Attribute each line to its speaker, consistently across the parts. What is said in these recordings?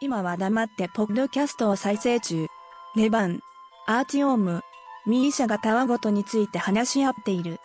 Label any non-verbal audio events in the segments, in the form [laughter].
Speaker 1: 今は黙ってポッドキャストを再生中。レバン、アーティオーム、ミーシャがタワごとについて話し合っている。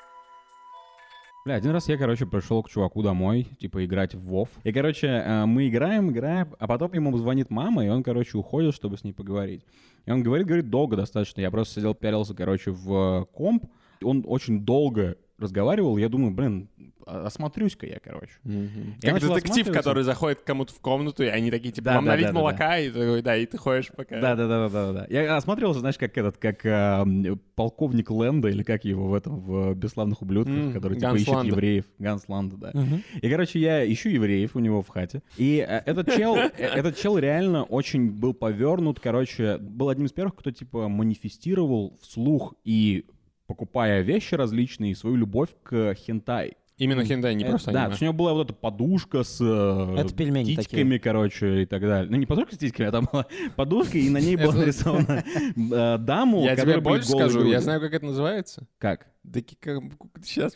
Speaker 2: Бля, один раз я, короче, пришел к чуваку домой, типа, играть в Вов. И, короче, э, мы играем, играем, а потом ему звонит мама, и он, короче, уходит, чтобы с ней поговорить. И он говорит, говорит, долго достаточно. Я просто сидел, пялился, короче, в э, комп. Он очень долго разговаривал. Я думаю, блин, а- осмотрюсь-ка я, короче. Я
Speaker 3: Как
Speaker 2: начал
Speaker 3: детектив,
Speaker 2: осматриваться.
Speaker 3: который заходит к кому-то в комнату, и они такие, типа,
Speaker 2: Да,
Speaker 3: вам
Speaker 2: да,
Speaker 3: налить
Speaker 2: да, да,
Speaker 3: молока, и такой, да, и ты ходишь пока.
Speaker 2: Да, да, да, да, да, да. Я осматривался, знаешь, как этот, как э, м, полковник Лэнда, или как его в этом, в э, бесславных ублюдках,
Speaker 3: М,
Speaker 2: который типа
Speaker 3: Ганс
Speaker 2: ищет
Speaker 3: Ланда.
Speaker 2: евреев. Ганс Ланда, да. И, короче, я ищу евреев у него в хате. И э, этот чел, э, этот чел реально очень был повернут, короче, был одним из первых, кто типа манифестировал вслух и покупая вещи различные, свою любовь к хентай.
Speaker 3: Именно хентай, не
Speaker 2: Э,
Speaker 3: просто
Speaker 2: Да, то
Speaker 3: аниме.
Speaker 2: есть у него была вот эта подушка с э,
Speaker 4: Это пельмени
Speaker 2: титьками,
Speaker 4: такие.
Speaker 2: короче, и так далее. Ну, не подушка с титьками, а там была [laughs] подушка, и на ней была
Speaker 3: Это-
Speaker 2: нарисована э, даму,
Speaker 3: Я
Speaker 2: которая
Speaker 3: тебе
Speaker 2: были
Speaker 3: больше
Speaker 2: голые
Speaker 3: скажу, я
Speaker 2: груди.
Speaker 3: знаю, как это называется.
Speaker 2: [laughs] Как?
Speaker 3: Да сейчас,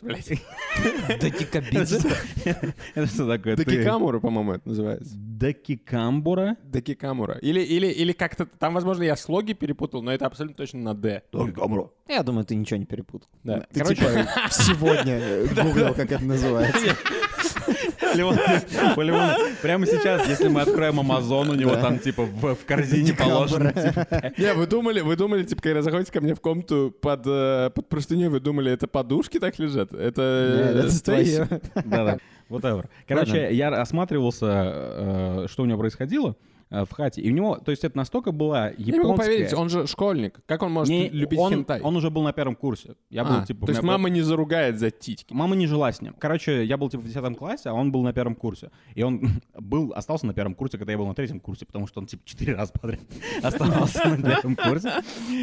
Speaker 2: [laughs]
Speaker 3: блядь.
Speaker 4: Да дикобиз.
Speaker 2: Это что такое? Ты-
Speaker 3: Дакикамура, по-моему, это называется.
Speaker 2: Дакикамбура?
Speaker 3: Дакикамура. Или, или, или как-то... Там, возможно, я слоги перепутал, но это абсолютно точно на «д».
Speaker 4: Я думаю, ты ничего не перепутал.
Speaker 3: Да.
Speaker 5: Ты типа сегодня э, гуглил, как это называется.
Speaker 2: Леон, у Леона- прямо сейчас, если мы откроем Амазон, у него там типа в, в корзине положено. [laughs] типа,
Speaker 3: [laughs] Не, вы думали, вы думали, типа, когда заходите ко мне в комнату под, э, под простыней, вы думали, это подушки так лежат? Это...
Speaker 4: э,
Speaker 3: э,
Speaker 5: Нет, это
Speaker 3: стоит.
Speaker 5: твоё.
Speaker 2: Да-да, whatever. Короче, я осматривался, э, что у него происходило э, в хате. И у него, то есть это настолько была японская...
Speaker 3: Я не могу поверить, он же школьник. Как он может
Speaker 2: Не,
Speaker 3: любить
Speaker 2: он,
Speaker 3: хентай?
Speaker 2: он уже был на первом курсе. Я был,
Speaker 3: А,
Speaker 2: типа, у
Speaker 3: то есть
Speaker 2: меня был-
Speaker 3: мама не заругает за титьки.
Speaker 2: Мама не жила с ним. Короче, я был типа в 10 классе, а он был на первом курсе. И он [laughs] был, остался на первом курсе, когда я был на третьем курсе, потому что он типа 4 раза подряд [laughs] оставался на первом курсе.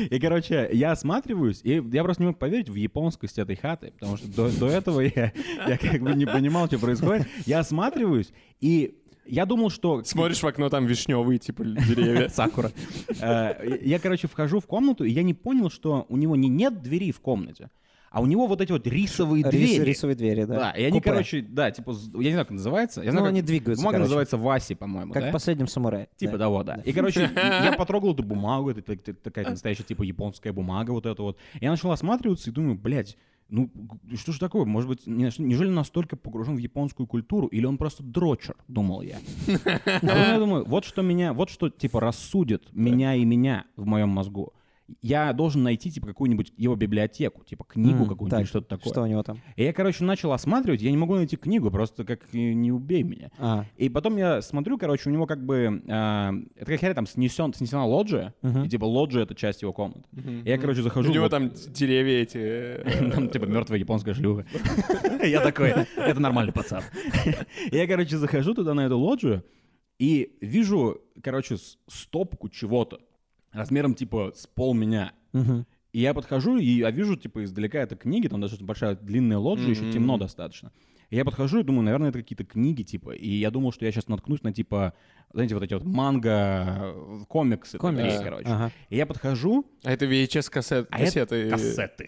Speaker 2: И, короче, я осматриваюсь, и я просто не мог поверить в японскость этой хаты, потому что до, до этого я, я как бы не понимал, что происходит. Я осматриваюсь, и я думал, что...
Speaker 3: Смотришь в окно, там
Speaker 2: [laughs]
Speaker 3: вишневые, типа, [laughs] деревья.
Speaker 2: Сакура. Э, Я, короче, вхожу в комнату, и я не понял, что у него не нет двери в комнате, а у него вот эти вот рисовые
Speaker 4: Рис-
Speaker 2: двери.
Speaker 4: Рисовые двери, да.
Speaker 2: Да, и они,
Speaker 4: Купе.
Speaker 2: короче, да, типа, з- я не знаю, как называется. Я знаю,
Speaker 4: Ну,
Speaker 2: как-
Speaker 4: они двигаются,
Speaker 2: Бумага
Speaker 4: короче.
Speaker 2: называется Васи, по-моему,
Speaker 4: Как
Speaker 2: да?
Speaker 4: в последнем самурае.
Speaker 2: Типа
Speaker 4: да.
Speaker 2: того, да. И, короче,
Speaker 4: [laughs]
Speaker 2: я потрогал эту бумагу, это так- так- такая настоящая, типа, японская бумага вот эта вот. Я начал осматриваться и думаю, блядь, ну, г- что же такое? Может быть, не- неужели он настолько погружен в японскую культуру, или он просто дрочер, думал я. А потом я думаю, вот что меня, вот что, типа, рассудит меня и меня в моем мозгу. Я должен найти, типа, какую-нибудь его библиотеку, типа, книгу
Speaker 4: М,
Speaker 2: какую-нибудь,
Speaker 4: так,
Speaker 2: или что-то такое.
Speaker 4: Что у него там?
Speaker 2: И я, короче, начал осматривать, я не могу найти книгу, просто как э, не убей меня.
Speaker 4: А,
Speaker 2: И потом я смотрю, короче, у него как бы... э, это какая херня, там снесен, снесена лоджия, и типа лоджия — это часть его комнаты. И я, короче,
Speaker 3: У
Speaker 2: захожу...
Speaker 3: него
Speaker 2: вот-
Speaker 3: там деревья эти... э,
Speaker 2: там, типа, мертвая японская шлюха. [laughs] Я такой, это нормальный пацан. [laughs] Я, короче, захожу туда, на эту лоджию, и вижу, короче, с- стопку чего-то размером, типа, с пол меня. И я подхожу, и я вижу, типа, издалека это книги, там достаточно большая длинная лоджия, еще темно достаточно. И я подхожу и думаю, наверное, это какие-то книги, типа. И я думал, что я сейчас наткнусь на, типа, знаете, вот эти вот манго, э, комиксы. такие,
Speaker 4: Комиксы,
Speaker 2: короче.
Speaker 4: ага.
Speaker 2: И я подхожу,
Speaker 3: А это VHS кассет,
Speaker 2: а это
Speaker 3: кассеты.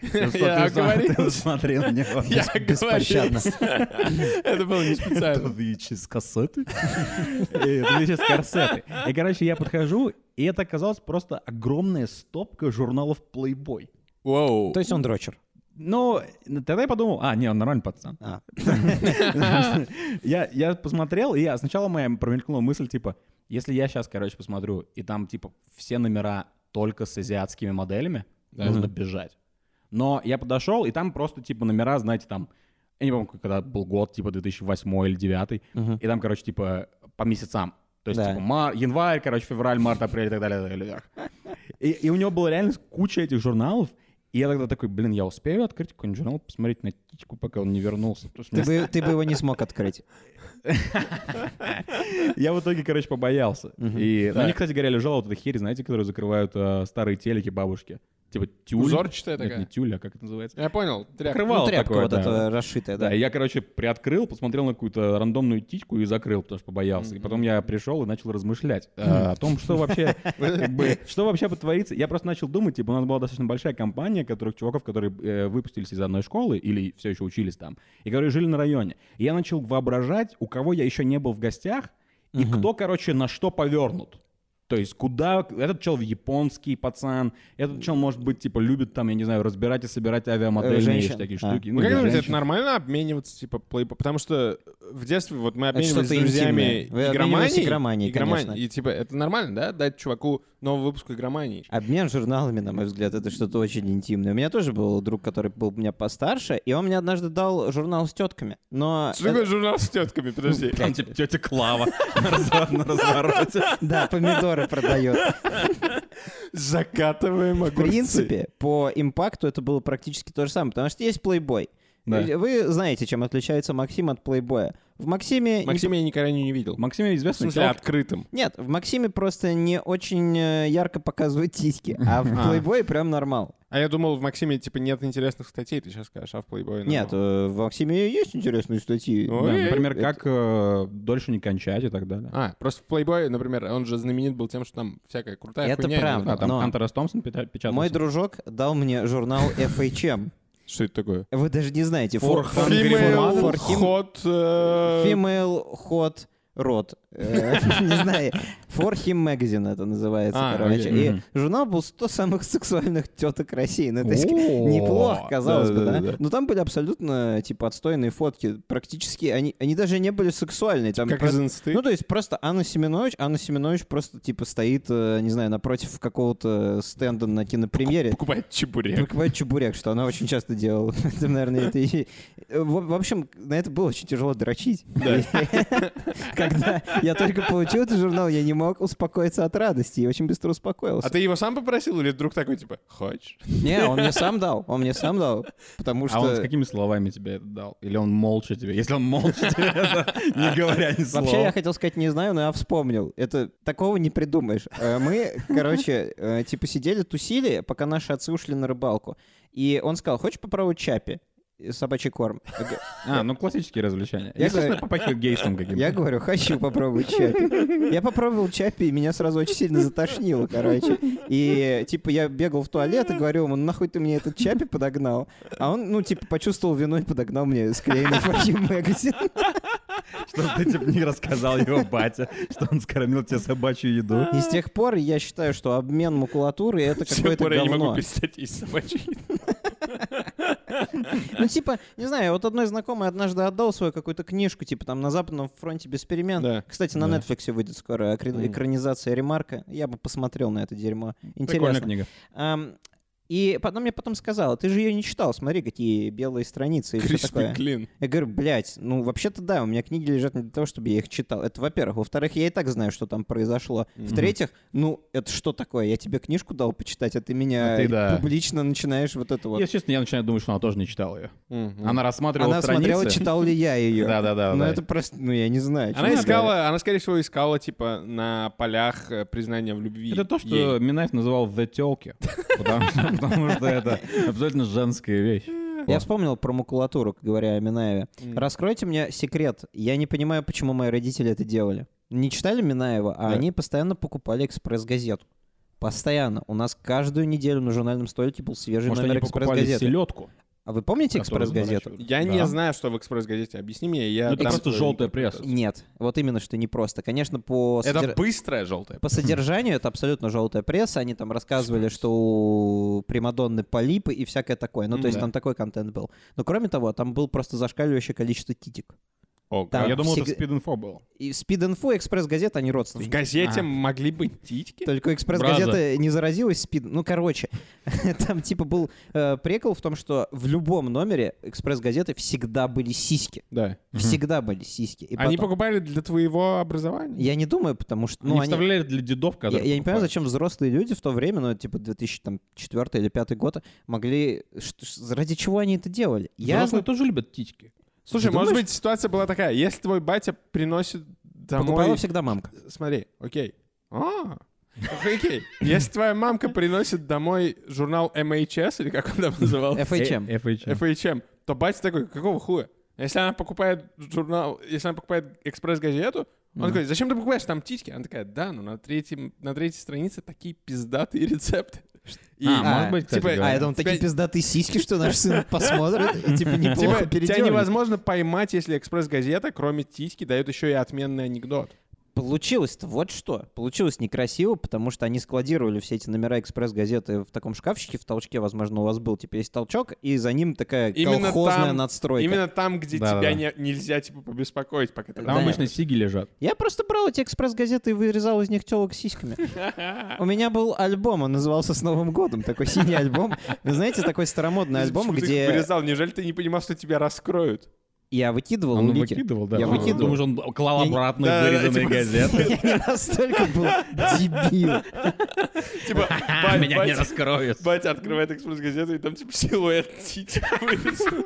Speaker 2: кассеты.
Speaker 3: Я
Speaker 2: Ты смотри- ты
Speaker 3: оговорился.
Speaker 2: смотри на него.
Speaker 3: [laughs] Я говорю,
Speaker 4: беспощадно.
Speaker 3: [laughs] это было не специально.
Speaker 2: Сейчас [laughs] кассеты. Сейчас корсеты. И, короче, я подхожу, и это оказалась просто огромная стопка журналов Playboy.
Speaker 3: Воу.
Speaker 4: То есть он дрочер.
Speaker 2: Ну, тогда я подумал, а, не, он нормальный пацан.
Speaker 4: А.
Speaker 2: [laughs] Я, я посмотрел, и я- сначала моя промелькнула мысль, типа, если я сейчас, короче, посмотрю, и там, типа, все номера только с азиатскими моделями, нужно бежать. Но я подошел, и там просто, типа, номера, знаете, там, я не помню, когда был год, типа, 2008 или 2009, и там, короче, типа, по месяцам. То есть,
Speaker 4: Да.
Speaker 2: типа, мар- январь, короче, февраль, март, апрель и так далее, и так далее, вверх. И, и у него была реально куча этих журналов, и я тогда такой, блин, я успею открыть какой-нибудь журнал, посмотреть на титьку, пока он не вернулся. Потому что
Speaker 4: Ты бы, ты бы его не смог
Speaker 2: [laughs]
Speaker 4: открыть.
Speaker 2: Я в итоге, короче, побоялся. И на них, кстати говоря, лежала вот эта херь, знаете, которую закрывают э, старые телеки бабушки. Типа тюль.
Speaker 3: Узорчатая
Speaker 2: Нет,
Speaker 3: такая?
Speaker 2: не тюль, а как это называется?
Speaker 3: Я понял, тряпка.
Speaker 2: Покрывало
Speaker 4: Ну, тряпка
Speaker 2: такое,
Speaker 4: вот
Speaker 2: да.
Speaker 4: эта расшитая,
Speaker 2: Да,
Speaker 4: да.
Speaker 2: и я, короче, приоткрыл, посмотрел на какую-то рандомную титьку и закрыл, потому что побоялся. И потом я пришел и начал размышлять э, о том, что вообще, как бы, что вообще потворится. Я просто начал думать, типа, у нас была достаточно большая компания, которых чуваков, которые э, выпустились из одной школы или все еще учились там, и которые жили на районе. И я начал воображать, у кого я еще не был в гостях, И
Speaker 4: Мгм.
Speaker 2: кто, короче, на что повернут. То есть куда... Этот чел японский пацан, этот чел, может быть, типа, любит там, я не знаю, разбирать и собирать авиамодели,
Speaker 4: Э,
Speaker 2: и
Speaker 4: женщин.
Speaker 2: такие
Speaker 4: А.
Speaker 2: штуки.
Speaker 3: Ну, как
Speaker 2: да,
Speaker 3: думаете, это
Speaker 2: женщин.
Speaker 3: нормально обмениваться, типа, плей... Потому что в детстве вот мы
Speaker 4: Это
Speaker 3: обменивались с
Speaker 4: что-то
Speaker 3: друзьями
Speaker 4: интимное. Вы обменивались игроманией, конечно.
Speaker 3: И, типа, это нормально, да? Дать чуваку новый выпуск игромании.
Speaker 4: Обмен журналами, на мой взгляд, это что-то очень интимное. У меня тоже был друг, который был у меня постарше, и он мне однажды дал журнал с тетками. Но э,
Speaker 3: Что такое журнал с тетками? Подожди.
Speaker 2: Там, типа, тетя
Speaker 4: [laughs]
Speaker 2: Клава на развороте.
Speaker 4: Да, помидоры продает.
Speaker 3: Закатываем
Speaker 4: В
Speaker 3: огурцы.
Speaker 4: принципе, по импакту это было практически то же самое, потому что есть плейбой. Э,
Speaker 2: Да.
Speaker 4: Вы знаете, чем отличается Максим от плейбоя. В Максиме... не-
Speaker 3: Максима я никогда не видел.
Speaker 2: Максим
Speaker 3: В
Speaker 2: известный
Speaker 4: а
Speaker 3: смысле,
Speaker 2: чел.
Speaker 3: открытым.
Speaker 4: Нет, в Максиме просто не очень э, ярко показывают титьки, а в
Speaker 3: А.
Speaker 4: плейбое прям нормал.
Speaker 3: А я думал, в Максиме, типа, нет интересных статей, ты сейчас скажешь, а в Playboy...
Speaker 4: Нет, э, в Максиме есть интересные статьи.
Speaker 3: Ну,
Speaker 2: Да,
Speaker 3: Ой,
Speaker 2: например,
Speaker 4: это-
Speaker 2: как э, дольше не кончать и так
Speaker 4: э,
Speaker 2: далее.
Speaker 3: А, просто в Playboy, например, он же знаменит был тем, что там всякая крутая
Speaker 4: Это
Speaker 3: хуйня.
Speaker 4: правда.
Speaker 2: А, там
Speaker 4: но-
Speaker 2: Хантер С. Томпсон пята- печатался.
Speaker 4: Мой дружок дал мне журнал FHM.
Speaker 3: Что это такое?
Speaker 4: Вы даже не знаете.
Speaker 2: For
Speaker 4: Фо-
Speaker 2: Hungry
Speaker 4: Female
Speaker 2: for
Speaker 3: Female
Speaker 4: for him-
Speaker 3: hot, э,
Speaker 4: Female Hot Rod. Э, [laughs] Не знаю. For Him Magazine это называется,
Speaker 3: А,
Speaker 4: короче.
Speaker 2: окей.
Speaker 4: И
Speaker 2: Мгм.
Speaker 4: журнал был 100 самых сексуальных теток России. Ну, то есть,
Speaker 2: О,
Speaker 4: Неплохо, казалось бы, да?
Speaker 3: да-да-да-да.
Speaker 4: Но там были абсолютно, типа, отстойные фотки. Практически они, они даже не были сексуальные. Там
Speaker 3: Как
Speaker 4: про-
Speaker 3: из инсты.
Speaker 4: Ну, то есть просто Анна Семенович, Анна Семенович просто, типа, стоит, э, не знаю, напротив какого-то стенда на кинопремьере.
Speaker 3: Покупать чебурек.
Speaker 4: Покупает Ну, чебурек, что она очень часто делала. [laughs] Это, наверное, это и... В, в общем, на это было очень тяжело дрочить. [laughs] Когда я только получил этот журнал, я не мог успокоиться от радости. Я очень быстро успокоился.
Speaker 3: А ты его сам попросил или вдруг такой, типа, хочешь?
Speaker 4: Не, он мне сам дал. Он мне сам дал. Потому что...
Speaker 2: А он с какими словами тебе это дал? Или он молча тебе? Если он молча
Speaker 4: [laughs]
Speaker 2: тебе, это не говоря ни слова.
Speaker 4: Вообще, я хотел сказать, не знаю, но я вспомнил. Это такого не придумаешь. Э, Мы, короче, э, типа сидели, тусили, пока наши отцы ушли на рыбалку. И он сказал, хочешь попробовать чапи? И Собачий корм. Я г-
Speaker 2: А, ну классические развлечения.
Speaker 4: Я
Speaker 2: Естественно,
Speaker 4: говорю-
Speaker 2: попахивает гейстом каким-то. [laughs]
Speaker 4: Я говорю, хочу попробовать чапи. Я попробовал чапи, и меня сразу очень сильно затошнило, короче. И, типа, я бегал в туалет и говорил ему, «Ну, нахуй ты мне этот чапи подогнал? А он, ну, типа, почувствовал вину и подогнал мне склеенный Fortune магазин.
Speaker 2: Что ты типа не рассказал его батя, что он скормил тебе собачью еду.
Speaker 4: И с тех пор я считаю, что обмен макулатуры —
Speaker 2: [laughs]
Speaker 4: это
Speaker 3: С тех
Speaker 4: какое-то
Speaker 3: пор я не могу
Speaker 4: говно.
Speaker 3: перестать есть собачий.
Speaker 4: Ну, типа, не знаю, вот одной знакомой однажды отдал свою какую-то книжку, типа там на Западном фронте без перемен.
Speaker 3: Да.
Speaker 4: Кстати, на
Speaker 2: Да.
Speaker 4: Netflix выйдет скоро экра-
Speaker 2: Мгм.
Speaker 4: экранизация ремарка. Я бы посмотрел на это дерьмо.
Speaker 2: Прикольная
Speaker 4: Интересно.
Speaker 2: книга.
Speaker 4: Ам, и потом мне потом сказала, ты же ее не читал, смотри, какие белые страницы и всё
Speaker 3: Криспи
Speaker 4: такое.
Speaker 3: Клин.
Speaker 4: Я говорю, блядь, ну вообще-то да, у меня книги лежат не для того, чтобы я их читал. Это во-первых. Во-вторых, я и так знаю, что там произошло.
Speaker 3: Мгм.
Speaker 4: В-третьих, ну это что такое? Я тебе книжку дал почитать, а ты меня
Speaker 2: А ты да.
Speaker 4: публично начинаешь вот это вот.
Speaker 2: Если честно, я начинаю думать, что она тоже не читала ее.
Speaker 3: Она
Speaker 2: Она рассматривала
Speaker 4: Она смотрела,
Speaker 2: страницы.
Speaker 4: читал ли я ее.
Speaker 2: Да-да-да.
Speaker 4: Ну
Speaker 2: да.
Speaker 4: это просто, ну я не знаю.
Speaker 3: она
Speaker 4: честно говоря.
Speaker 3: искала, она, скорее всего, искала, типа, на полях э, признания в любви.
Speaker 2: Это то, что
Speaker 3: ей.
Speaker 2: Минаев называл «the телки», потому что- потому что это абсолютно женская вещь.
Speaker 4: Я вспомнил про макулатуру, говоря о Минаеве.
Speaker 3: М.
Speaker 4: Раскройте мне секрет. Я не понимаю, почему мои родители это делали. Не читали Минаева, а
Speaker 3: Да.
Speaker 4: они постоянно покупали экспресс-газету. Постоянно. У нас каждую неделю на журнальном столике был свежий
Speaker 2: Может,
Speaker 4: номер
Speaker 2: они покупали
Speaker 4: экспрес-газеты.
Speaker 2: селедку.
Speaker 4: А вы помните
Speaker 2: которую
Speaker 4: экспресс-газету?
Speaker 2: разворачивали?
Speaker 3: Я не
Speaker 2: Да.
Speaker 3: знаю, что в «Экспресс-газете». Объясни мне, я...
Speaker 2: Ну, это
Speaker 3: там-
Speaker 2: просто желтая пресса.
Speaker 4: Нет. Вот именно, что не просто. Конечно, по...
Speaker 3: Это
Speaker 4: содер-
Speaker 3: быстрая желтая.
Speaker 4: По содержанию это абсолютно желтая пресса. Они там рассказывали, что у Примадонны полипы и всякое такое. Ну, то есть
Speaker 3: М-да.
Speaker 4: там такой контент был. Но кроме того, там был просто зашкаливающее количество титик.
Speaker 3: О,
Speaker 4: Там
Speaker 2: а Я думал, это
Speaker 4: всег-
Speaker 2: спид-инфо было.
Speaker 4: И Speed-Info и Экспресс-газета, они
Speaker 3: В
Speaker 4: родственники.
Speaker 3: газете
Speaker 2: А.
Speaker 3: могли быть титьки?
Speaker 4: Только Экспресс-газета не заразилась спид. Ну, короче, [laughs] там типа был э, прикол в том, что в любом номере Экспресс-газеты всегда были сиськи.
Speaker 3: Да.
Speaker 4: Всегда были сиськи. И
Speaker 3: Они
Speaker 4: потом-
Speaker 3: покупали для твоего образования?
Speaker 4: Я не думаю, потому что... ну,
Speaker 2: Они
Speaker 4: они-
Speaker 2: вставляли для дедов,
Speaker 4: Я,
Speaker 2: которые
Speaker 4: я не понимаю,
Speaker 2: покупают.
Speaker 4: зачем взрослые люди в то время, ну, типа 2004 или 2005 год, могли... ш- ш- ради чего они это делали? Я
Speaker 2: Взрослые
Speaker 4: знаю...
Speaker 2: тоже любят титьки.
Speaker 3: Слушай,
Speaker 4: Ты
Speaker 3: может
Speaker 4: думаешь?
Speaker 3: быть, ситуация была такая. Если твой батя приносит
Speaker 4: Покупала
Speaker 3: домой...
Speaker 4: всегда мамка.
Speaker 3: Смотри, окей. А, окей. Если твоя мамка приносит домой журнал MHS, или как он там [laughs] называл?
Speaker 4: FHM.
Speaker 2: [laughs] Э, FHM.
Speaker 3: FHM, то батя такой, какого хуя? Если она покупает журнал, если она покупает экспресс-газету, он такой, зачем ты покупаешь там титьки? Она такая, да, ну на, третьем, на третьей странице такие пиздатые рецепты. И
Speaker 2: А,
Speaker 4: А,
Speaker 2: может быть, кстати
Speaker 3: типа,
Speaker 2: говоря.
Speaker 4: А я думал, такие
Speaker 3: Тебя-
Speaker 4: пиздатые сиськи, что наш сын посмотрит, и, типа неплохо
Speaker 3: типа, тебя
Speaker 4: переделали.
Speaker 3: невозможно поймать, если экспресс-газета, кроме титьки, дает еще и отменный анекдот.
Speaker 4: Получилось-то вот что. Получилось некрасиво, потому что они складировали все эти номера экспресс-газеты в таком шкафчике, в толчке, возможно, у вас был. Типа есть толчок, и за ним такая
Speaker 3: Именно
Speaker 4: колхозная
Speaker 3: там-
Speaker 4: надстройка.
Speaker 3: Именно там, где
Speaker 2: Да-да-да.
Speaker 3: тебя не- нельзя, типа, побеспокоить, пока ты
Speaker 2: Там
Speaker 4: Да.
Speaker 2: обычно сиги лежат.
Speaker 4: Я просто брал эти экспресс-газеты и вырезал из них телок сиськами. У меня был альбом, он назывался «С Новым годом». Такой синий альбом. Вы знаете, такой старомодный альбом,
Speaker 3: Почему ты их
Speaker 4: где
Speaker 3: вырезал? Неужели ты не понимал, что тебя раскроют?
Speaker 4: я выкидывал
Speaker 2: Он
Speaker 4: улики.
Speaker 2: выкидывал, да.
Speaker 4: Я
Speaker 2: А,
Speaker 4: выкидывал.
Speaker 2: Думаешь, он клал
Speaker 4: Я не-
Speaker 2: обратно
Speaker 3: Да, да,
Speaker 2: вырезанные
Speaker 3: типа,
Speaker 4: [laughs]
Speaker 2: газеты?
Speaker 4: Я не настолько был дебил.
Speaker 2: [laughs]
Speaker 3: Типа,
Speaker 2: Ха,
Speaker 3: ба-
Speaker 2: Меня не
Speaker 3: батя-
Speaker 2: раскроют.
Speaker 3: Батя открывает экспресс-газету, и там, типа, силуэт
Speaker 2: [laughs]
Speaker 3: птицы вырезан.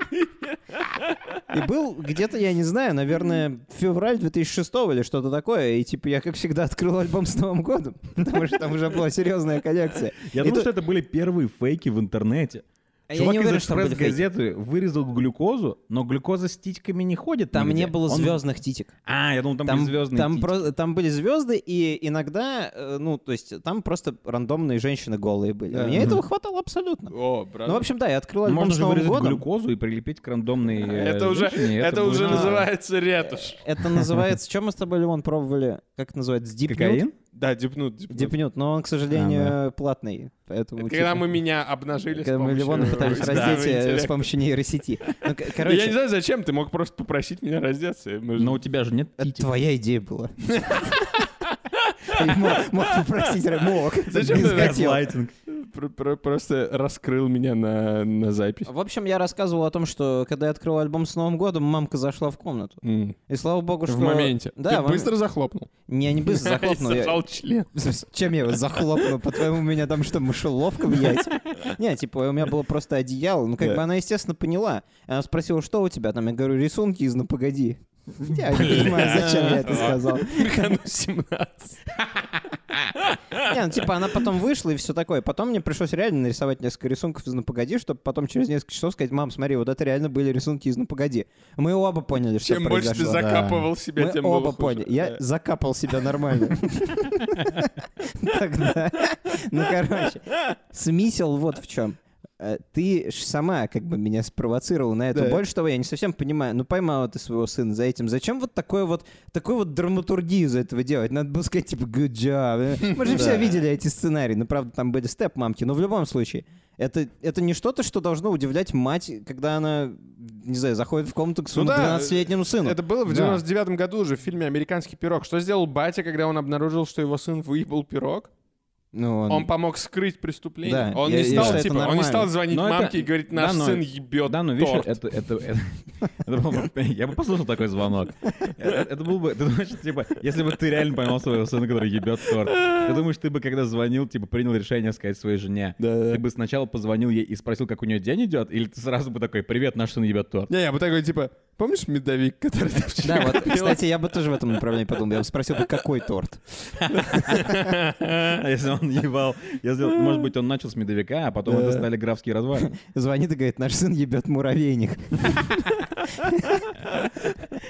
Speaker 4: И был где-то, я не знаю, наверное, февраль 2006 или что-то такое. И типа я, как всегда, открыл альбом с Новым годом, [laughs] потому что там уже была серьезная коллекция.
Speaker 2: Я
Speaker 4: И
Speaker 2: думаю,
Speaker 4: то-
Speaker 2: что это были первые фейки в интернете.
Speaker 4: А я
Speaker 2: Чувак
Speaker 4: не
Speaker 2: из
Speaker 4: уверен, что там были фейки.
Speaker 2: «Экспресс-газеты» вырезал глюкозу, но глюкоза с титьками не ходит
Speaker 4: Там
Speaker 2: нигде.
Speaker 4: не было
Speaker 2: Он-
Speaker 4: звездных титик.
Speaker 2: А, я думал, там, были звездные
Speaker 4: там,
Speaker 2: титьки.
Speaker 4: про- там были звезды, и иногда, э, ну, то есть там просто рандомные женщины голые были.
Speaker 3: Да.
Speaker 4: Мне
Speaker 2: Мгм.
Speaker 4: этого хватало абсолютно.
Speaker 3: О, брат.
Speaker 4: Ну, в общем, да, я открыл альбом
Speaker 2: Можно
Speaker 4: с
Speaker 2: же
Speaker 4: Новым
Speaker 2: вырезать
Speaker 4: годом.
Speaker 2: глюкозу и прилепить к рандомной э,
Speaker 3: Это уже,
Speaker 2: женщине, и
Speaker 3: это Э, уже
Speaker 2: будет-
Speaker 4: будет-
Speaker 3: называется ретушь.
Speaker 4: Это называется... Чем мы с тобой, Леон, пробовали? Как это называется? Deep Nude?
Speaker 2: Кокаин? А,
Speaker 3: Да, дипнут, дипнут.
Speaker 4: Deep Nude, но он, к сожалению, платный.
Speaker 3: Это
Speaker 4: Поэтому,
Speaker 3: Когда
Speaker 4: типа,
Speaker 3: мы меня обнажили с
Speaker 4: когда мы
Speaker 3: помощью
Speaker 4: Леона
Speaker 3: [laughs]
Speaker 4: пытались
Speaker 3: искусственного
Speaker 4: раздеть э, с
Speaker 3: интеллекта.
Speaker 4: помощью нейросети. Ну, к-
Speaker 3: Я не
Speaker 4: короче, Ну,
Speaker 3: знаю, зачем, ты мог просто попросить меня раздеться. и мы же-
Speaker 2: Но у тебя же нет
Speaker 4: это
Speaker 3: типа.
Speaker 2: титик.
Speaker 4: твоя идея была. [laughs] Ты Мог мог попросить, мог.
Speaker 3: Зачем
Speaker 4: Не
Speaker 3: ты
Speaker 4: захотел.
Speaker 2: Газлайтинг.
Speaker 3: Про- про- Просто раскрыл меня на на запись.
Speaker 4: В общем, я рассказывал о том, что когда я открыл альбом с Новым годом, мамка зашла в комнату.
Speaker 3: М.
Speaker 4: И слава богу, что...
Speaker 3: В моменте.
Speaker 4: Да,
Speaker 3: Ты
Speaker 4: в мом-
Speaker 3: быстро захлопнул.
Speaker 4: Не,
Speaker 3: [laughs]
Speaker 4: не быстро [laughs] захлопнул.
Speaker 3: И
Speaker 4: я-
Speaker 3: сажал член.
Speaker 4: С- [laughs] Чем я его захлопну? По-твоему, у меня там что, мышеловка в
Speaker 3: [laughs]
Speaker 4: яйце? Не, типа, у меня было просто одеяло. Ну, как
Speaker 3: Да.
Speaker 4: бы она, естественно, поняла. Она спросила, что у тебя там? Я говорю, рисунки из
Speaker 3: [laughs]
Speaker 4: «Ну, погоди». Я не понимаю, зачем я это сказал.
Speaker 3: [laughs] Механу 17.
Speaker 4: Не, ну, типа, она потом вышла и все такое. Потом мне пришлось реально нарисовать несколько рисунков из «Ну, погоди», чтобы потом через несколько часов сказать, мам, смотри, вот это реально были рисунки из «Ну, погоди». Мы оба поняли, что
Speaker 3: Чем больше ты
Speaker 4: произошло.
Speaker 3: закапывал себя,
Speaker 4: Мы
Speaker 3: тем было
Speaker 4: оба
Speaker 3: хуже.
Speaker 4: поняли. Я
Speaker 3: Да.
Speaker 4: закапал себя нормально. Тогда. Ну, короче. Смысл вот в чем. Ты ж сама как бы меня спровоцировала на это.
Speaker 5: Да.
Speaker 4: Больше того, я не совсем понимаю. Ну, поймала ты своего сына за этим. Зачем вот такой вот, такую вот драматургию за этого делать? Надо было сказать, типа, good job. Э, Мы же все видели эти сценарии. Ну, правда, там были степ-мамки. Но в любом случае, это, это не что-то, что должно удивлять мать, когда она, не знаю, заходит в комнату к своему
Speaker 3: Ну да,
Speaker 4: 12-летнему сыну.
Speaker 3: Это было в
Speaker 2: Да.
Speaker 3: 99-м году уже в фильме «Американский пирог». Что сделал батя, когда он обнаружил, что его сын выебал пирог?
Speaker 4: Ну, он-
Speaker 3: Он помог скрыть преступление.
Speaker 4: Да,
Speaker 3: он,
Speaker 4: я-
Speaker 3: не
Speaker 4: я
Speaker 3: стал,
Speaker 4: считаю, это
Speaker 3: типа, он не
Speaker 4: нормально.
Speaker 3: стал звонить
Speaker 2: Но это-
Speaker 3: мамке и говорить, наш
Speaker 2: да, но-
Speaker 3: сын ебет
Speaker 2: Да, ну видишь,
Speaker 3: торт».
Speaker 2: это, это, это- это было бы- я бы послушал такой звонок. Это, это был бы, ты думаешь, типа, если бы ты реально поймал своего сына, который ебет торт, ты думаешь, ты бы, когда звонил, типа, принял решение сказать своей жене, ты бы сначала позвонил ей и спросил, как у нее день идет, или ты сразу бы такой, привет, наш сын ебет
Speaker 4: [laughs]
Speaker 2: торт.
Speaker 3: Не, я бы такой, типа, помнишь медовик,
Speaker 2: [laughs]
Speaker 3: который ты
Speaker 4: Да,
Speaker 3: вчера
Speaker 4: вот,
Speaker 3: пила?»
Speaker 4: кстати, я бы тоже в этом направлении подумал. Я бы спросил бы, какой торт?
Speaker 2: А если он ебал, если, он- может быть, он начал с медовика, а потом это стали графские развалины.
Speaker 4: Звонит и говорит, наш сын ебет муравейник.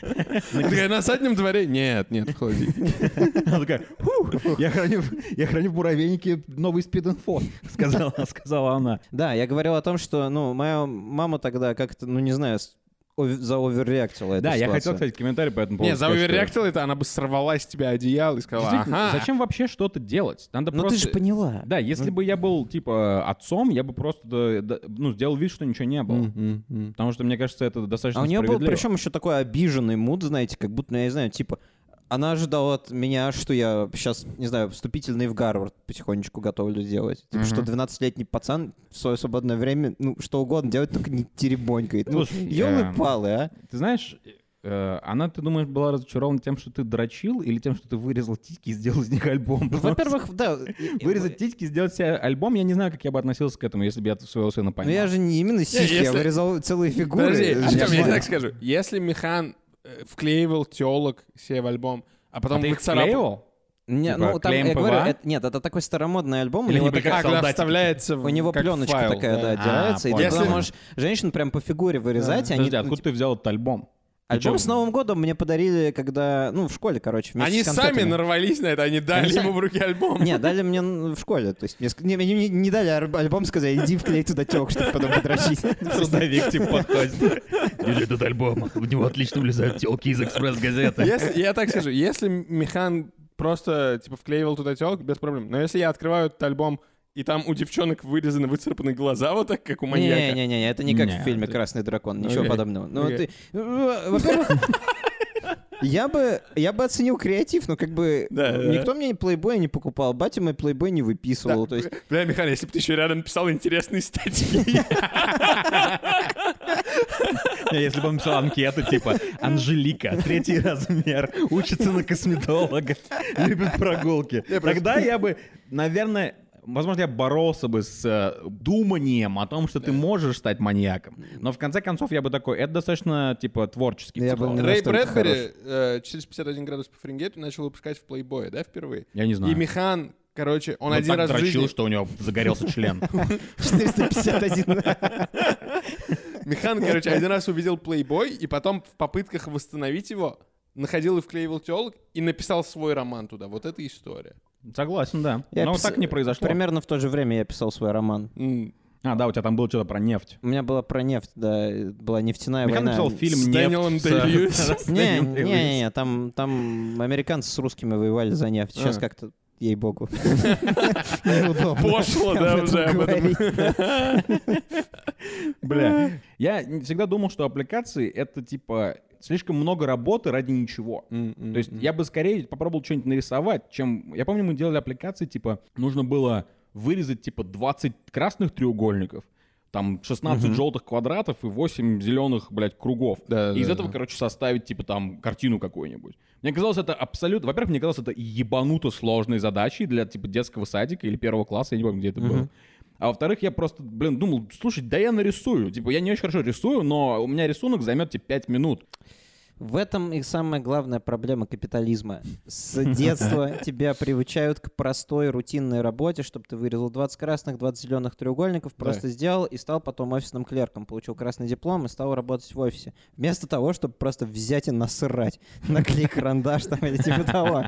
Speaker 3: Она такая, на заднем дворе? Нет, нет, в холодильнике.
Speaker 2: Она такая, «Фух, я храню, в- я храню в муравейнике новый спид-инфо, сказала, [laughs] сказала она.
Speaker 4: Да, я говорил о том, что, ну, моя мама тогда как-то, ну, не знаю, с- ов- заоверреактила эту
Speaker 2: Да, я
Speaker 4: ситуацию.
Speaker 2: хотел, кстати, комментарий по этому поводу.
Speaker 3: Не, за
Speaker 2: сказать, что-
Speaker 3: оверреактил это, она бы сорвала с тебя одеяло и сказала,
Speaker 2: Действительно,
Speaker 3: ага.
Speaker 2: зачем вообще что-то делать? Надо
Speaker 4: Ну,
Speaker 2: просто...
Speaker 4: ты же Ну. поняла.
Speaker 2: Да, если бы я был, типа, отцом, я бы просто, да, да, ну, сделал вид, что ничего не было.
Speaker 3: М, м, м.
Speaker 2: Потому что, мне кажется, это достаточно
Speaker 4: А у нее был
Speaker 2: справедливо.
Speaker 4: причем еще такой обиженный муд, знаете, как будто, ну, я не знаю, типа, она ожидала от меня, что я сейчас, не знаю, вступительный в Гарвард потихонечку готовлю делать. Типа, что 12-летний пацан в свое свободное время, ну, что угодно делать, только не теребонькает. Ну,
Speaker 2: Слушай, эм, я-
Speaker 4: елы-палы, а.
Speaker 2: Ты знаешь, э, она, ты думаешь, была разочарована тем, что ты дрочил, или тем, что ты вырезал титьки и сделал из них альбом?
Speaker 4: Ну,
Speaker 2: Потому что [laughs]
Speaker 4: Во-первых, да. и- и-
Speaker 2: Вырезать титьки, сделать себе альбом, я не знаю, как я бы относился к этому, если бы я своего сына
Speaker 4: Ну
Speaker 2: поймал.
Speaker 4: я же не именно сиськи, я
Speaker 3: если-
Speaker 4: вырезал целые фигуры.
Speaker 2: а
Speaker 3: Подожди,
Speaker 4: Я
Speaker 3: Артём, я
Speaker 4: знаю.
Speaker 3: тебе так скажу. Если Механ э, вклеивал телок себе в альбом, а
Speaker 2: А
Speaker 3: потом
Speaker 2: ты их
Speaker 3: выцарапал-
Speaker 2: вклеивал?
Speaker 4: Не,
Speaker 2: Типа,
Speaker 4: ну, там,
Speaker 2: клеем
Speaker 4: я говорю,
Speaker 2: ПВА?
Speaker 4: это- нет, это такой старомодный альбом.
Speaker 2: Или
Speaker 4: у него,
Speaker 2: не
Speaker 4: такая-
Speaker 3: А,
Speaker 2: Как
Speaker 3: когда
Speaker 2: солдатики.
Speaker 3: вставляется в-
Speaker 4: у него
Speaker 3: как
Speaker 4: пленочка
Speaker 3: файл,
Speaker 4: такая, да,
Speaker 2: А,
Speaker 4: отдирается, и
Speaker 2: понял.
Speaker 4: ты туда
Speaker 3: Если-
Speaker 4: можешь женщин прям по фигуре вырезать, и они...
Speaker 2: Подожди,
Speaker 4: ну,
Speaker 2: откуда ты взял этот альбом?
Speaker 4: А Альбом
Speaker 2: чё?
Speaker 4: [laughs] с Новым годом мне подарили, когда... Ну, в школе, короче, вместе
Speaker 3: Они
Speaker 4: с
Speaker 3: сами
Speaker 4: конфетами.
Speaker 3: нарвались на это, они дали
Speaker 4: Они
Speaker 3: ему в руки альбом.
Speaker 4: Не, дали мне н- в школе. То есть мне ск- не, мне не- не дали ар- альбом, сказали, иди вклей туда тёк, чтобы потом подрочить.
Speaker 2: Трудовик типа подходит. [laughs] Держи этот альбом. В него отлично влезают телки из экспресс-газеты. [laughs]
Speaker 3: [laughs] Если- я так скажу, если Михан просто типа вклеивал туда телок, без проблем. Но если я открываю этот альбом, и там у девчонок вырезаны, выцарапаны глаза вот так, как у маньяка.
Speaker 4: Не-не-не, это не как
Speaker 2: Не,
Speaker 4: в фильме
Speaker 2: ты-
Speaker 4: «Красный дракон», ничего
Speaker 3: Окей.
Speaker 4: подобного. Ну,
Speaker 3: Окей.
Speaker 4: ты- э, Во-первых, я бы, я бы оценил креатив, но как бы
Speaker 3: Да, да, да.
Speaker 4: никто мне плейбоя не покупал, батя мой плейбой не выписывал. То есть
Speaker 3: Бля, Михан, если бы ты еще рядом писал
Speaker 2: [laughs]
Speaker 3: интересные статьи.
Speaker 2: Если бы он писал анкеты, типа «Анжелика, третий размер, учится на косметолога, любит прогулки». Тогда я бы, наверное, Возможно, я боролся бы с э, думанием о том, что ты можешь стать маньяком. Но в конце концов я бы такой, это достаточно, типа, творческий
Speaker 4: Я
Speaker 2: психолог».
Speaker 4: был
Speaker 3: Рэй
Speaker 4: настолько
Speaker 3: Брэдбери э, через 51 градус по Фаренгейту начал выпускать в плейбое, да, впервые?
Speaker 2: Я не знаю.
Speaker 3: И Михан, короче,
Speaker 2: Он
Speaker 3: он один
Speaker 2: так
Speaker 3: раз в
Speaker 2: дрочил,
Speaker 3: жизни...
Speaker 2: что у него загорелся член.
Speaker 4: 451.
Speaker 2: [laughs]
Speaker 3: Михан, короче, один раз увидел плейбой, и потом в попытках восстановить его находил и вклеивал телок, и написал свой роман туда. Вот это история.
Speaker 2: Согласен, да.
Speaker 4: Я
Speaker 2: Но
Speaker 4: пис-
Speaker 2: так не произошло.
Speaker 4: [laughs] Примерно в то же время я писал свой роман.
Speaker 3: М,
Speaker 2: А, да, у тебя там было что-то про нефть.
Speaker 4: У меня была про нефть, да, была нефтяная
Speaker 2: Михан
Speaker 4: война.
Speaker 2: написал фильм
Speaker 3: С
Speaker 2: «Нефть».
Speaker 3: Дэниелом
Speaker 2: с-
Speaker 3: Дэй-Льюисом.
Speaker 2: с- с
Speaker 4: Не,
Speaker 2: Дэниелом
Speaker 4: не, не,
Speaker 2: Дэй-Льюисом.
Speaker 4: не, там, там американцы с русскими воевали за нефть. Сейчас
Speaker 3: А.
Speaker 4: как-то,
Speaker 3: [laughs]
Speaker 4: ей-богу, [laughs] неудобно.
Speaker 3: Пошло, да,
Speaker 4: об
Speaker 3: уже
Speaker 4: этом
Speaker 3: об этом.
Speaker 4: говорить.
Speaker 2: Бля, я не- всегда думал, что аппликации — это, типа, слишком много работы ради ничего. То есть я бы скорее попробовал что-нибудь нарисовать, чем... Я помню, мы делали аппликации, типа, нужно было вырезать, типа, 20 красных треугольников, там 16 желтых квадратов и 8 зеленых, блядь, кругов.
Speaker 3: Да,
Speaker 2: и из
Speaker 3: да,
Speaker 2: этого,
Speaker 3: да.
Speaker 2: короче, составить, типа, там, картину какую-нибудь. Мне казалось, это абсолютно... Во-первых, мне казалось, это ебануто сложной задачей для, типа, детского садика или первого класса, я не помню, где это было. А во-вторых, я просто, блин, думал, слушай, да я нарисую. Типа, я не очень хорошо рисую, но у меня рисунок займет, типа, 5 минут.
Speaker 4: В этом и самая главная проблема капитализма. С
Speaker 3: [laughs]
Speaker 4: детства тебя приучают к простой рутинной работе, чтобы ты вырезал 20 красных, 20 зеленых треугольников, просто сделал и стал потом офисным клерком. Получил красный диплом и стал работать в офисе. Вместо того, чтобы просто взять и насрать. [laughs] Наклей карандаш там или типа того.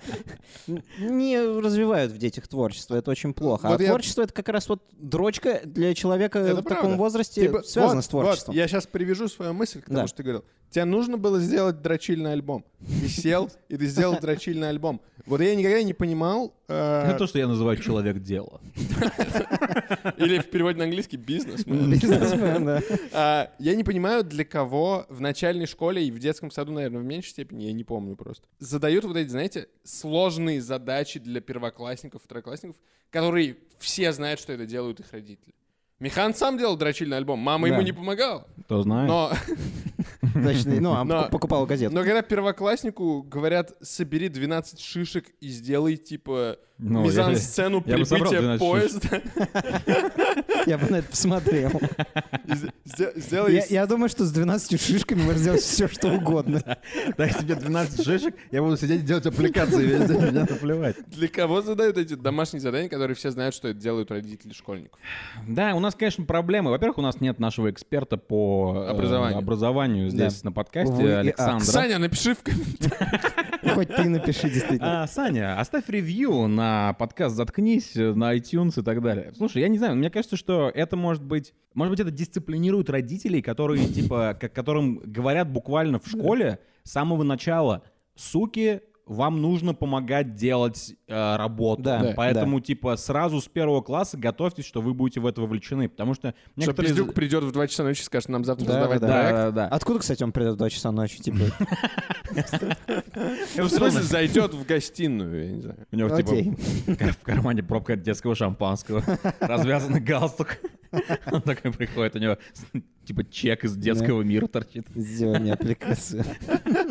Speaker 4: Н- Не развивают в детях творчество, это очень плохо.
Speaker 3: Вот
Speaker 4: а
Speaker 3: я-
Speaker 4: творчество это как раз вот дрочка для человека
Speaker 3: Это
Speaker 4: в таком
Speaker 3: правда.
Speaker 4: возрасте
Speaker 3: Типа,
Speaker 4: связано
Speaker 3: вот,
Speaker 4: с творчеством.
Speaker 3: вот, я сейчас привяжу свою мысль к тому,
Speaker 4: Да.
Speaker 3: что ты говорил. Тебе нужно было сделать дрочильный альбом. Ты сел, и ты сделал дрочильный альбом. Вот я никогда не понимал... э,
Speaker 2: Это то, что я называю человек дела.
Speaker 3: Или в переводе на английский бизнесмен.
Speaker 4: Бизнесмен, [laughs] да.
Speaker 3: А, Я не понимаю, для кого в начальной школе и в детском саду, наверное, в меньшей степени, я не помню просто, задают вот эти, знаете, сложные задачи для первоклассников, второклассников, которые все знают, что это делают их родители. Михан сам делал дрочильный альбом, мама ему
Speaker 4: Да.
Speaker 3: не помогала.
Speaker 2: Кто знает?
Speaker 3: Но,
Speaker 4: Точно, ну, а
Speaker 3: Но-
Speaker 4: покупал газету.
Speaker 3: но когда первокласснику говорят, собери 12 шишек и сделай, типа,
Speaker 2: Ну, я-
Speaker 3: мизансцену
Speaker 2: я бы собрал
Speaker 3: прибытия
Speaker 2: 12 шишек.
Speaker 3: поезда. [laughs]
Speaker 4: Я бы на это посмотрел.
Speaker 3: И сде- сде- Сделай...
Speaker 4: Я, я думаю, что с 12 шишками можно сделать все, что угодно.
Speaker 2: Дай себе 12 шишек, я буду сидеть и делать аппликации весь день, мне наплевать.
Speaker 3: Для кого задают эти домашние задания, которые все знают, что это делают родители школьников?
Speaker 2: Да, у нас, конечно, проблемы. Во-первых, у нас нет нашего эксперта по э,
Speaker 3: Образованию.
Speaker 2: образованию здесь на подкасте,
Speaker 4: Увы и ах.
Speaker 2: Александра.
Speaker 3: Саня, напиши в комментариях.
Speaker 4: Ну, Хоть ты напиши, действительно.
Speaker 2: А, Саня, оставь ревью на подкаст «Заткнись», э, на iTunes и так далее. Слушай, я не знаю, мне кажется, что это может быть... Может быть, это дисциплинирует родителей, которые, типа, к- которым говорят буквально в школе с самого начала, суки, вам нужно помогать делать э, работу.
Speaker 4: Да, Да.
Speaker 2: Поэтому, типа, сразу с первого класса готовьтесь, что вы будете в это вовлечены. Потому что
Speaker 3: Что
Speaker 2: некоторые... из-
Speaker 3: пиздюк придет в 2 часа ночи и скажет, нам завтра
Speaker 4: Да,
Speaker 3: сдавать
Speaker 4: да,
Speaker 3: проект.
Speaker 2: да, да, да.
Speaker 4: Откуда, кстати, он придет в 2 часа ночи? Типа,
Speaker 3: [laughs] В смысле, зайдет в гостиную, я не знаю.
Speaker 2: У него, типа,
Speaker 4: Окей.
Speaker 2: в кар- в кармане пробка от детского шампанского, [laughs] развязанный галстук. [laughs] Он такой приходит, у него типа чек из детского мира торчит.
Speaker 4: сделай мне аппликацию.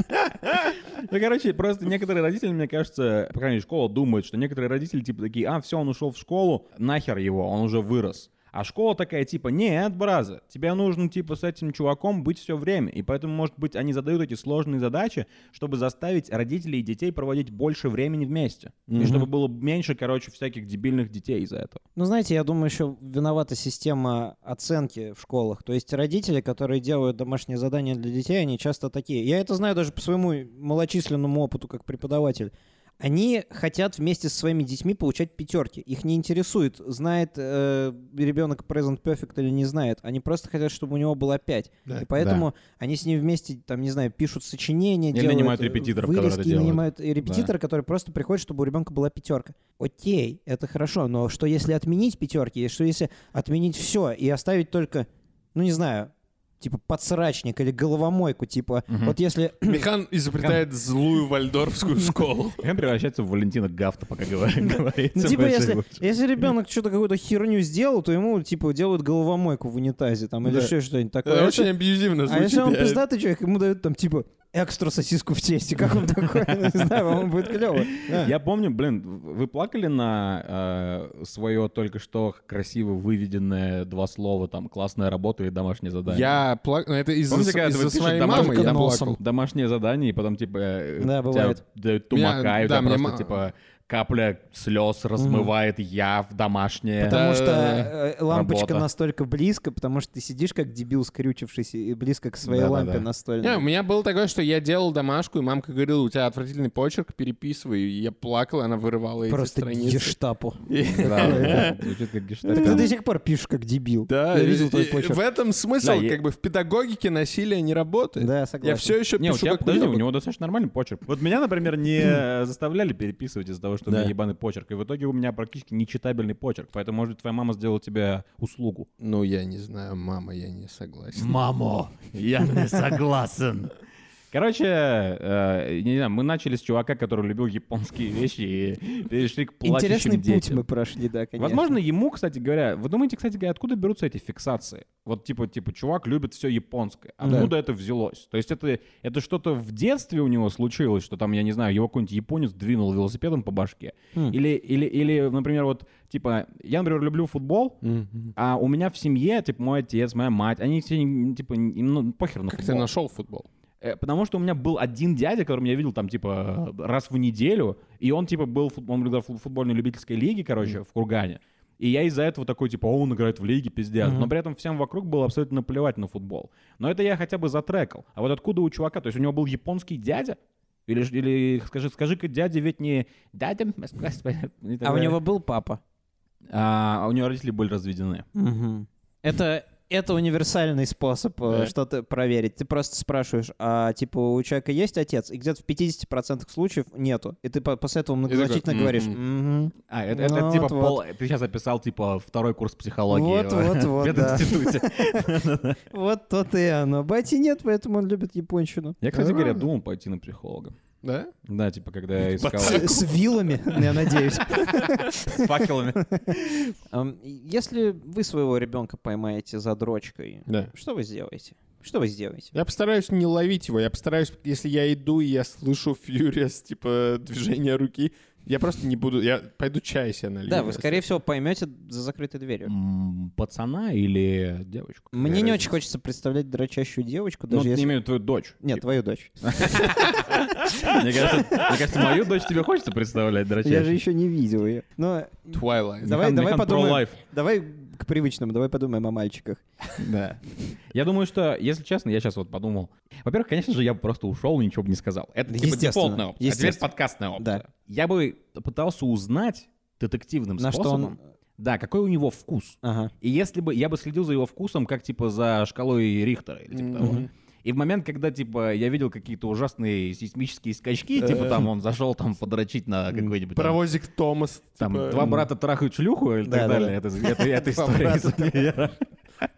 Speaker 2: Ну, короче, просто некоторые родители, мне кажется, по крайней мере, школа думает, что некоторые родители типа такие, а, все, он ушел в школу, нахер его, он уже вырос. А школа такая, типа, нет, браза, тебе нужно, типа, с этим чуваком быть все время. И поэтому, может быть, они задают эти сложные задачи, чтобы заставить родителей и детей проводить больше времени вместе. И
Speaker 6: Мгм.
Speaker 2: чтобы было меньше, короче, всяких дебильных детей из-за этого.
Speaker 4: Ну, знаете, я думаю, еще виновата система оценки в школах. То есть родители, которые делают домашние задания для детей, они часто такие. Я это знаю даже по своему малочисленному опыту как преподаватель. Они хотят вместе со своими детьми получать пятерки. Их не интересует, знает э, ребенок Present Perfect или не знает. Они просто хотят, чтобы у него было пять.
Speaker 3: Да.
Speaker 4: И поэтому они с ним вместе, там, не знаю, пишут сочинения,
Speaker 2: Или
Speaker 4: делают
Speaker 2: нанимают
Speaker 4: э,
Speaker 2: репетиторов,
Speaker 4: вырезки,
Speaker 2: которые это делают.
Speaker 4: нанимают репетитора, который просто приходит, чтобы у ребенка была пятерка. Окей, это хорошо, но что если отменить пятерки, и что если отменить все и оставить только, ну не знаю, типа подсрачник или головомойку, типа
Speaker 2: Мгм.
Speaker 4: вот если
Speaker 3: Михан изобретает злую вальдорфскую школу.
Speaker 2: Он превращается в Валентина Гафта, [laughs] пока говорит.
Speaker 4: Ну,
Speaker 2: говорится
Speaker 4: типа,
Speaker 2: в этой
Speaker 4: если,
Speaker 2: вот.
Speaker 4: если ребенок что-то какую-то херню сделал, то ему, типа, делают головомойку в унитазе там или
Speaker 3: Да.
Speaker 4: еще что-нибудь такое.
Speaker 3: Это
Speaker 4: Это-
Speaker 3: очень абьюзивно
Speaker 4: Э, А если он
Speaker 3: звучит. я-
Speaker 4: пиздатый человек, ему дают там, типа, экстра сосиску в тесте, как он такой, [laughs] Ну, не знаю, вам будет клево. Да.
Speaker 2: Я помню, блин, вы плакали на свое только что красиво выведенное два слова, там, классная работа и домашнее задание?
Speaker 3: Я плакал, это из-за
Speaker 2: Помните, когда ты
Speaker 3: из-за
Speaker 2: пишешь
Speaker 3: своей
Speaker 2: домашку
Speaker 3: мамы я
Speaker 4: носом?
Speaker 3: плакал.
Speaker 2: Домашнее задание, и потом, типа, э,
Speaker 4: Да,
Speaker 2: тебя
Speaker 4: бывает.
Speaker 2: дают тумака,
Speaker 3: Меня-
Speaker 2: и у
Speaker 3: да,
Speaker 2: тебя
Speaker 3: мне
Speaker 2: просто,
Speaker 3: ма-
Speaker 2: типа, капля слез размывает я в домашнее.
Speaker 4: Потому что э, лампочка
Speaker 2: работа.
Speaker 4: настолько близко, потому что ты сидишь как дебил, скрючившийся, и близко к своей
Speaker 2: Да-да-да.
Speaker 4: лампе
Speaker 3: Не, у
Speaker 4: настольной.
Speaker 3: меня было такое, что я делал домашку, и мамка говорила, у тебя отвратительный почерк, переписывай. И я плакал, и она вырывала эти
Speaker 4: Просто
Speaker 3: страницы.
Speaker 4: гештапо.
Speaker 3: [laughs]
Speaker 2: Да, звучит как гештальт.
Speaker 4: Так ты до сих пор пишешь как дебил.
Speaker 3: Да,
Speaker 4: Я
Speaker 3: и-
Speaker 4: видел твой
Speaker 3: и-
Speaker 4: почерк.
Speaker 3: в этом смысл,
Speaker 2: Да, я-
Speaker 3: как бы в педагогике насилие не работает.
Speaker 4: Да,
Speaker 3: Я
Speaker 4: согласен.
Speaker 3: все еще
Speaker 2: Не, у
Speaker 3: пишу
Speaker 2: тебя,
Speaker 3: как
Speaker 2: подожди, у
Speaker 3: уёбок.
Speaker 2: него достаточно нормальный почерк. Вот меня, например, не заставляли переписывать из-за того, что у меня ебаный почерк. И в итоге у меня практически нечитабельный почерк. Поэтому, может, твоя мама сделала тебе услугу.
Speaker 3: Ну, я не знаю, мама, я не согласен.
Speaker 2: Мамо, я не согласен. Короче, э, не знаю, мы начали с чувака, который любил японские вещи и перешли к плачущим
Speaker 4: Интересный путь
Speaker 2: детям.
Speaker 4: мы прошли, да, конечно.
Speaker 2: Возможно, ему, кстати говоря, вы думаете, кстати говоря, откуда берутся эти фиксации? Вот типа, типа, чувак любит все японское. Откуда это взялось? То есть это, это что-то в детстве у него случилось, что там, я не знаю, его какой-нибудь японец двинул велосипедом по башке.
Speaker 4: Хм.
Speaker 2: Или, или, или, например, вот, типа, я, например, люблю футбол, а у меня в семье, типа, мой отец, моя мать, они все, м, типа, им, ну, похер на
Speaker 3: Как ты
Speaker 2: футбол.
Speaker 3: нашел футбол?
Speaker 2: Э, Потому что у меня был один дядя, которым я видел там, типа, раз в неделю, и он, типа, был, фут- он играл в фут- футбольной любительской лиге, короче, в Кургане. И я из-за этого такой, типа, «О, он играет в лиге, пиздец. Но при этом всем вокруг было абсолютно плевать на футбол. Но это я хотя бы затрекал. А вот откуда у чувака? То есть у него был японский дядя? Или, ж- или скажи, скажи-ка, дядя ведь не дядя? и так
Speaker 4: А у
Speaker 2: далее.
Speaker 4: него был папа.
Speaker 2: А, а у него родители были разведены.
Speaker 4: Мгм. Это, это универсальный способ э,
Speaker 3: Да.
Speaker 4: что-то проверить. Ты просто спрашиваешь, а типа у человека есть отец? И где-то в 50% случаев нету. И ты по- после этого
Speaker 3: такой,
Speaker 4: многозначительно говоришь. «Мгм».
Speaker 2: А, это, это- это
Speaker 4: Вот,
Speaker 2: типа
Speaker 4: вот.
Speaker 2: пол... Ты сейчас описал, типа, второй курс психологии
Speaker 4: Вот,
Speaker 2: [laughs] в
Speaker 4: вот, вот, да.
Speaker 2: пединституте.
Speaker 4: Вот то-то и оно. Бати нет, поэтому он любит японщину.
Speaker 2: Я, кстати говоря, думал пойти на психолога.
Speaker 3: Да?
Speaker 2: Да, типа, когда я искал
Speaker 4: С, с вилами, [laughs] я надеюсь.
Speaker 2: с факелами.
Speaker 4: Ам, Если вы своего ребенка поймаете за дрочкой,
Speaker 3: Да.
Speaker 4: что вы сделаете? Что вы сделаете?
Speaker 3: Я постараюсь не ловить его. Я постараюсь, если я иду и я слышу фьюриас, типа движение руки, я просто не буду. Я пойду чай себе налью.
Speaker 4: Да, вы,
Speaker 3: если-
Speaker 4: скорее всего, поймете за закрытой дверью.
Speaker 2: М, Пацана или девочку?
Speaker 4: Мне не
Speaker 3: разница?
Speaker 4: очень хочется представлять дрочащую девочку,
Speaker 2: Ну,
Speaker 4: даже
Speaker 2: не
Speaker 4: если...
Speaker 2: имею в виду твою дочь. Типа,
Speaker 4: Нет, твою дочь.
Speaker 2: Мне кажется, мне кажется, мою дочь тебе хочется представлять, дорогая.
Speaker 4: Я же еще не видел ее. Но
Speaker 3: Twilight.
Speaker 4: давай, давай подумаем.
Speaker 2: Life.
Speaker 4: давай к привычному, давай подумаем о мальчиках.
Speaker 2: Да. Я думаю, что, если честно, я сейчас вот подумал. Во-первых, конечно же, я бы просто ушел и ничего бы не сказал. Это типа
Speaker 4: Естественно,
Speaker 2: дефолтная опция, а теперь
Speaker 4: естественно.
Speaker 2: подкастная опция.
Speaker 4: Да.
Speaker 2: Я бы пытался узнать детективным
Speaker 4: На что
Speaker 2: способом,
Speaker 4: он...
Speaker 2: да, какой у него вкус.
Speaker 4: Ага.
Speaker 2: И если бы я бы следил за его вкусом, как типа за шкалой Рихтера или типа того. И в момент, когда типа я видел какие-то ужасные сейсмические скачки, типа там он зашел там подрочить на какой-нибудь там,
Speaker 3: Паровозик Томас.
Speaker 2: там
Speaker 3: типа,
Speaker 2: два брата трахают шлюху или так
Speaker 4: Да, да,
Speaker 2: далее. Это это-
Speaker 4: [laughs]
Speaker 2: это история из универа.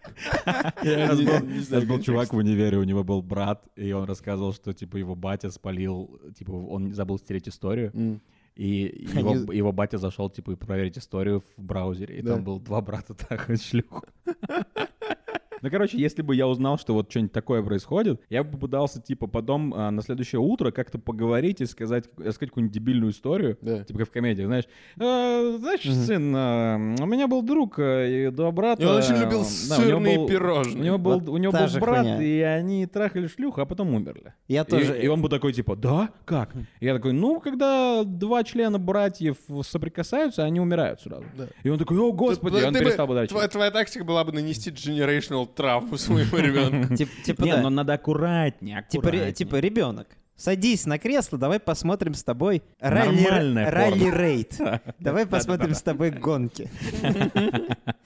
Speaker 2: У
Speaker 3: я
Speaker 2: нас
Speaker 3: не-
Speaker 2: был-
Speaker 3: не
Speaker 2: у
Speaker 3: знаю,
Speaker 2: нас был
Speaker 3: как
Speaker 2: чувак в универе, у него был брат, и он рассказывал, что типа его батя спалил, типа он забыл стереть историю.
Speaker 3: М. [laughs]
Speaker 2: И
Speaker 4: Они-
Speaker 2: его, его батя зашел, типа, и проверить историю в браузере, и [laughs]
Speaker 3: Да. [laughs]
Speaker 2: там было два брата трахают шлюху. Ну, Ну, короче, если бы я узнал, что вот что-нибудь такое происходит, я бы попытался, типа, потом а, на следующее утро как-то поговорить и сказать, рассказать какую-нибудь дебильную историю,
Speaker 3: Да.
Speaker 2: типа как в комедиях, знаешь. «Э, знаешь, сын, э, у меня был друг, э, и два брата...
Speaker 3: И он очень любил
Speaker 2: э, да, у него
Speaker 3: сырные
Speaker 2: был- У
Speaker 3: пирожные.
Speaker 2: него был,
Speaker 4: Вот
Speaker 2: у него
Speaker 4: та
Speaker 2: был
Speaker 4: же
Speaker 2: брат,
Speaker 4: хуйня.
Speaker 2: и они трахали шлюх, а потом умерли.
Speaker 4: Я
Speaker 2: И-
Speaker 4: тоже...
Speaker 2: И, он бы такой, типа, да? Как? И я такой, ну, когда два члена братьев соприкасаются, они умирают сразу.
Speaker 3: Да.
Speaker 2: И он такой, о, господи,
Speaker 3: Ты-
Speaker 2: и он
Speaker 3: ты бы-
Speaker 2: перестал бы дать.
Speaker 3: Твоя, твоя тактика была бы нанести generational травму своему ребенку.
Speaker 2: [laughs]
Speaker 4: тип- Типа,
Speaker 2: Не, ну,
Speaker 4: да.
Speaker 2: но надо аккуратнее,
Speaker 4: Типа, ре-
Speaker 2: аккуратнее.
Speaker 4: типа, ребенок, садись на кресло, давай посмотрим с тобой ралли,
Speaker 2: Нормальное порно. [laughs]
Speaker 4: рейд. Давай посмотрим с тобой гонки.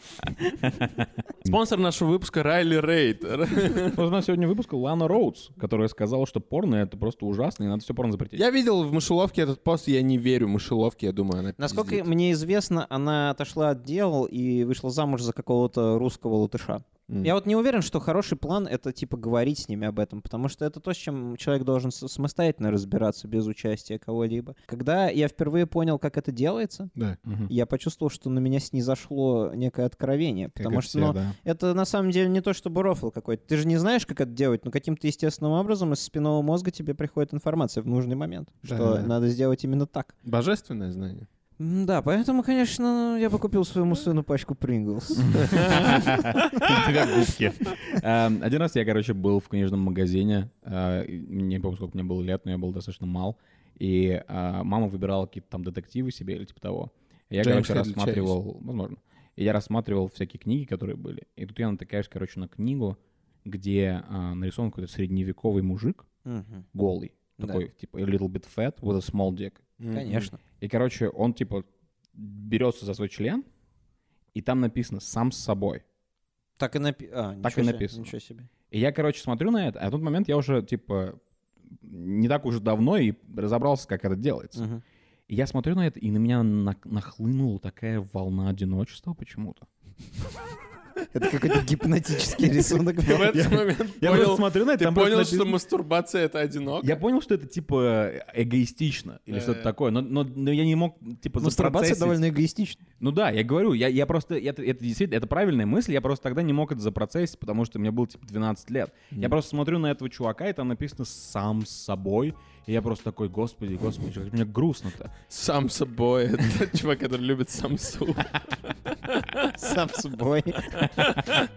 Speaker 3: [laughs] Спонсор нашего выпуска Райли Рейд.
Speaker 2: Вот у нас сегодня выпуск Лана Роудс, которая сказала, что порно — это просто ужасно, и надо все порно запретить.
Speaker 3: [laughs] Я видел в мышеловке этот пост, я не верю мышеловке, я думаю, она
Speaker 4: Насколько
Speaker 3: пиздит.
Speaker 4: мне известно, она отошла от дел и вышла замуж за какого-то русского латыша.
Speaker 3: М.
Speaker 4: Я вот не уверен, что хороший план — это, типа, говорить с ними об этом, потому что это то, с чем человек должен с- самостоятельно разбираться без участия кого-либо. Когда я впервые понял, как это делается,
Speaker 3: Да.
Speaker 2: Мгм.
Speaker 4: я почувствовал, что на меня снизошло некое откровение, потому
Speaker 3: и
Speaker 4: что,
Speaker 3: все,
Speaker 4: ну,
Speaker 3: да.
Speaker 4: Это на самом деле не то, чтобы рофл какой-то. Ты же не знаешь, как это делать, но каким-то естественным образом из спинного мозга тебе приходит информация в нужный момент,
Speaker 3: Да,
Speaker 4: что
Speaker 3: да, да.
Speaker 4: надо сделать именно так.
Speaker 3: Божественное [laughs] знание.
Speaker 4: М, Да, поэтому, конечно, ну, я бы купил своему сыну пачку Принглс.
Speaker 2: Две губки. Эм, Один раз я, короче, был в книжном магазине. э, и Не помню, сколько мне было лет, но я был достаточно мал. И э, мама выбирала какие-то там детективы себе или типа того. И Я,
Speaker 3: Джеймс
Speaker 2: короче,
Speaker 3: Хедли
Speaker 2: рассматривал... Возможно. И я рассматривал всякие книги, которые были. И тут я натыкаюсь, короче, на книгу, где э, нарисован какой-то средневековый мужик,
Speaker 4: Мгм.
Speaker 2: голый.
Speaker 4: Да.
Speaker 2: Такой, типа, a little bit fat with a small dick.
Speaker 4: Конечно.
Speaker 2: И, короче, он, типа, берется за свой член, и там написано «сам с собой».
Speaker 4: Так и написано.
Speaker 2: Так и написано.
Speaker 4: Ничего себе.
Speaker 2: И я, короче, смотрю на это, а в тот момент я уже, типа, не так уже давно и разобрался, как это делается.
Speaker 4: Мгм.
Speaker 2: И я смотрю на это, и на меня на- нахлынула такая волна одиночества почему-то.
Speaker 4: Это какой-то гипнотический рисунок.
Speaker 3: Ты в этот момент
Speaker 2: Я просто
Speaker 3: понял,
Speaker 2: смотрю на это,
Speaker 3: ты
Speaker 2: там просто
Speaker 3: понял, что
Speaker 2: написано-
Speaker 3: мастурбация — это одиноко?
Speaker 2: Я понял, что это, типа, эгоистично или что-то
Speaker 3: Э.
Speaker 2: такое, но, но- но я не мог, типа,
Speaker 4: Мастурбация
Speaker 2: запроцессить.
Speaker 4: Ну, довольно эгоистична.
Speaker 2: Ну да, я говорю, я, я просто, я- это, это действительно, это правильная мысль, я просто тогда не мог это запроцессить, потому что мне было типа 12 лет. Я просто смотрю на этого чувака, и там написано «сам с собой», и я просто такой, господи, господи, как мне грустно-то.
Speaker 3: Сам собой. Это [laughs] чувак, который любит самсу.
Speaker 4: Сам собой.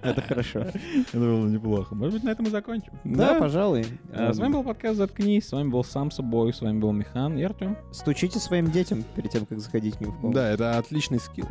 Speaker 4: Это хорошо.
Speaker 2: Это было ну, неплохо. Может быть, на этом и закончим.
Speaker 4: Да, пожалуй.
Speaker 2: А, С вами был подкаст «Заткнись», с вами был «Сам с собой», с вами был Михан и Артем.
Speaker 4: Эм, Стучите своим детям перед тем, как заходить к ним в комнату.
Speaker 3: это отличный скилл.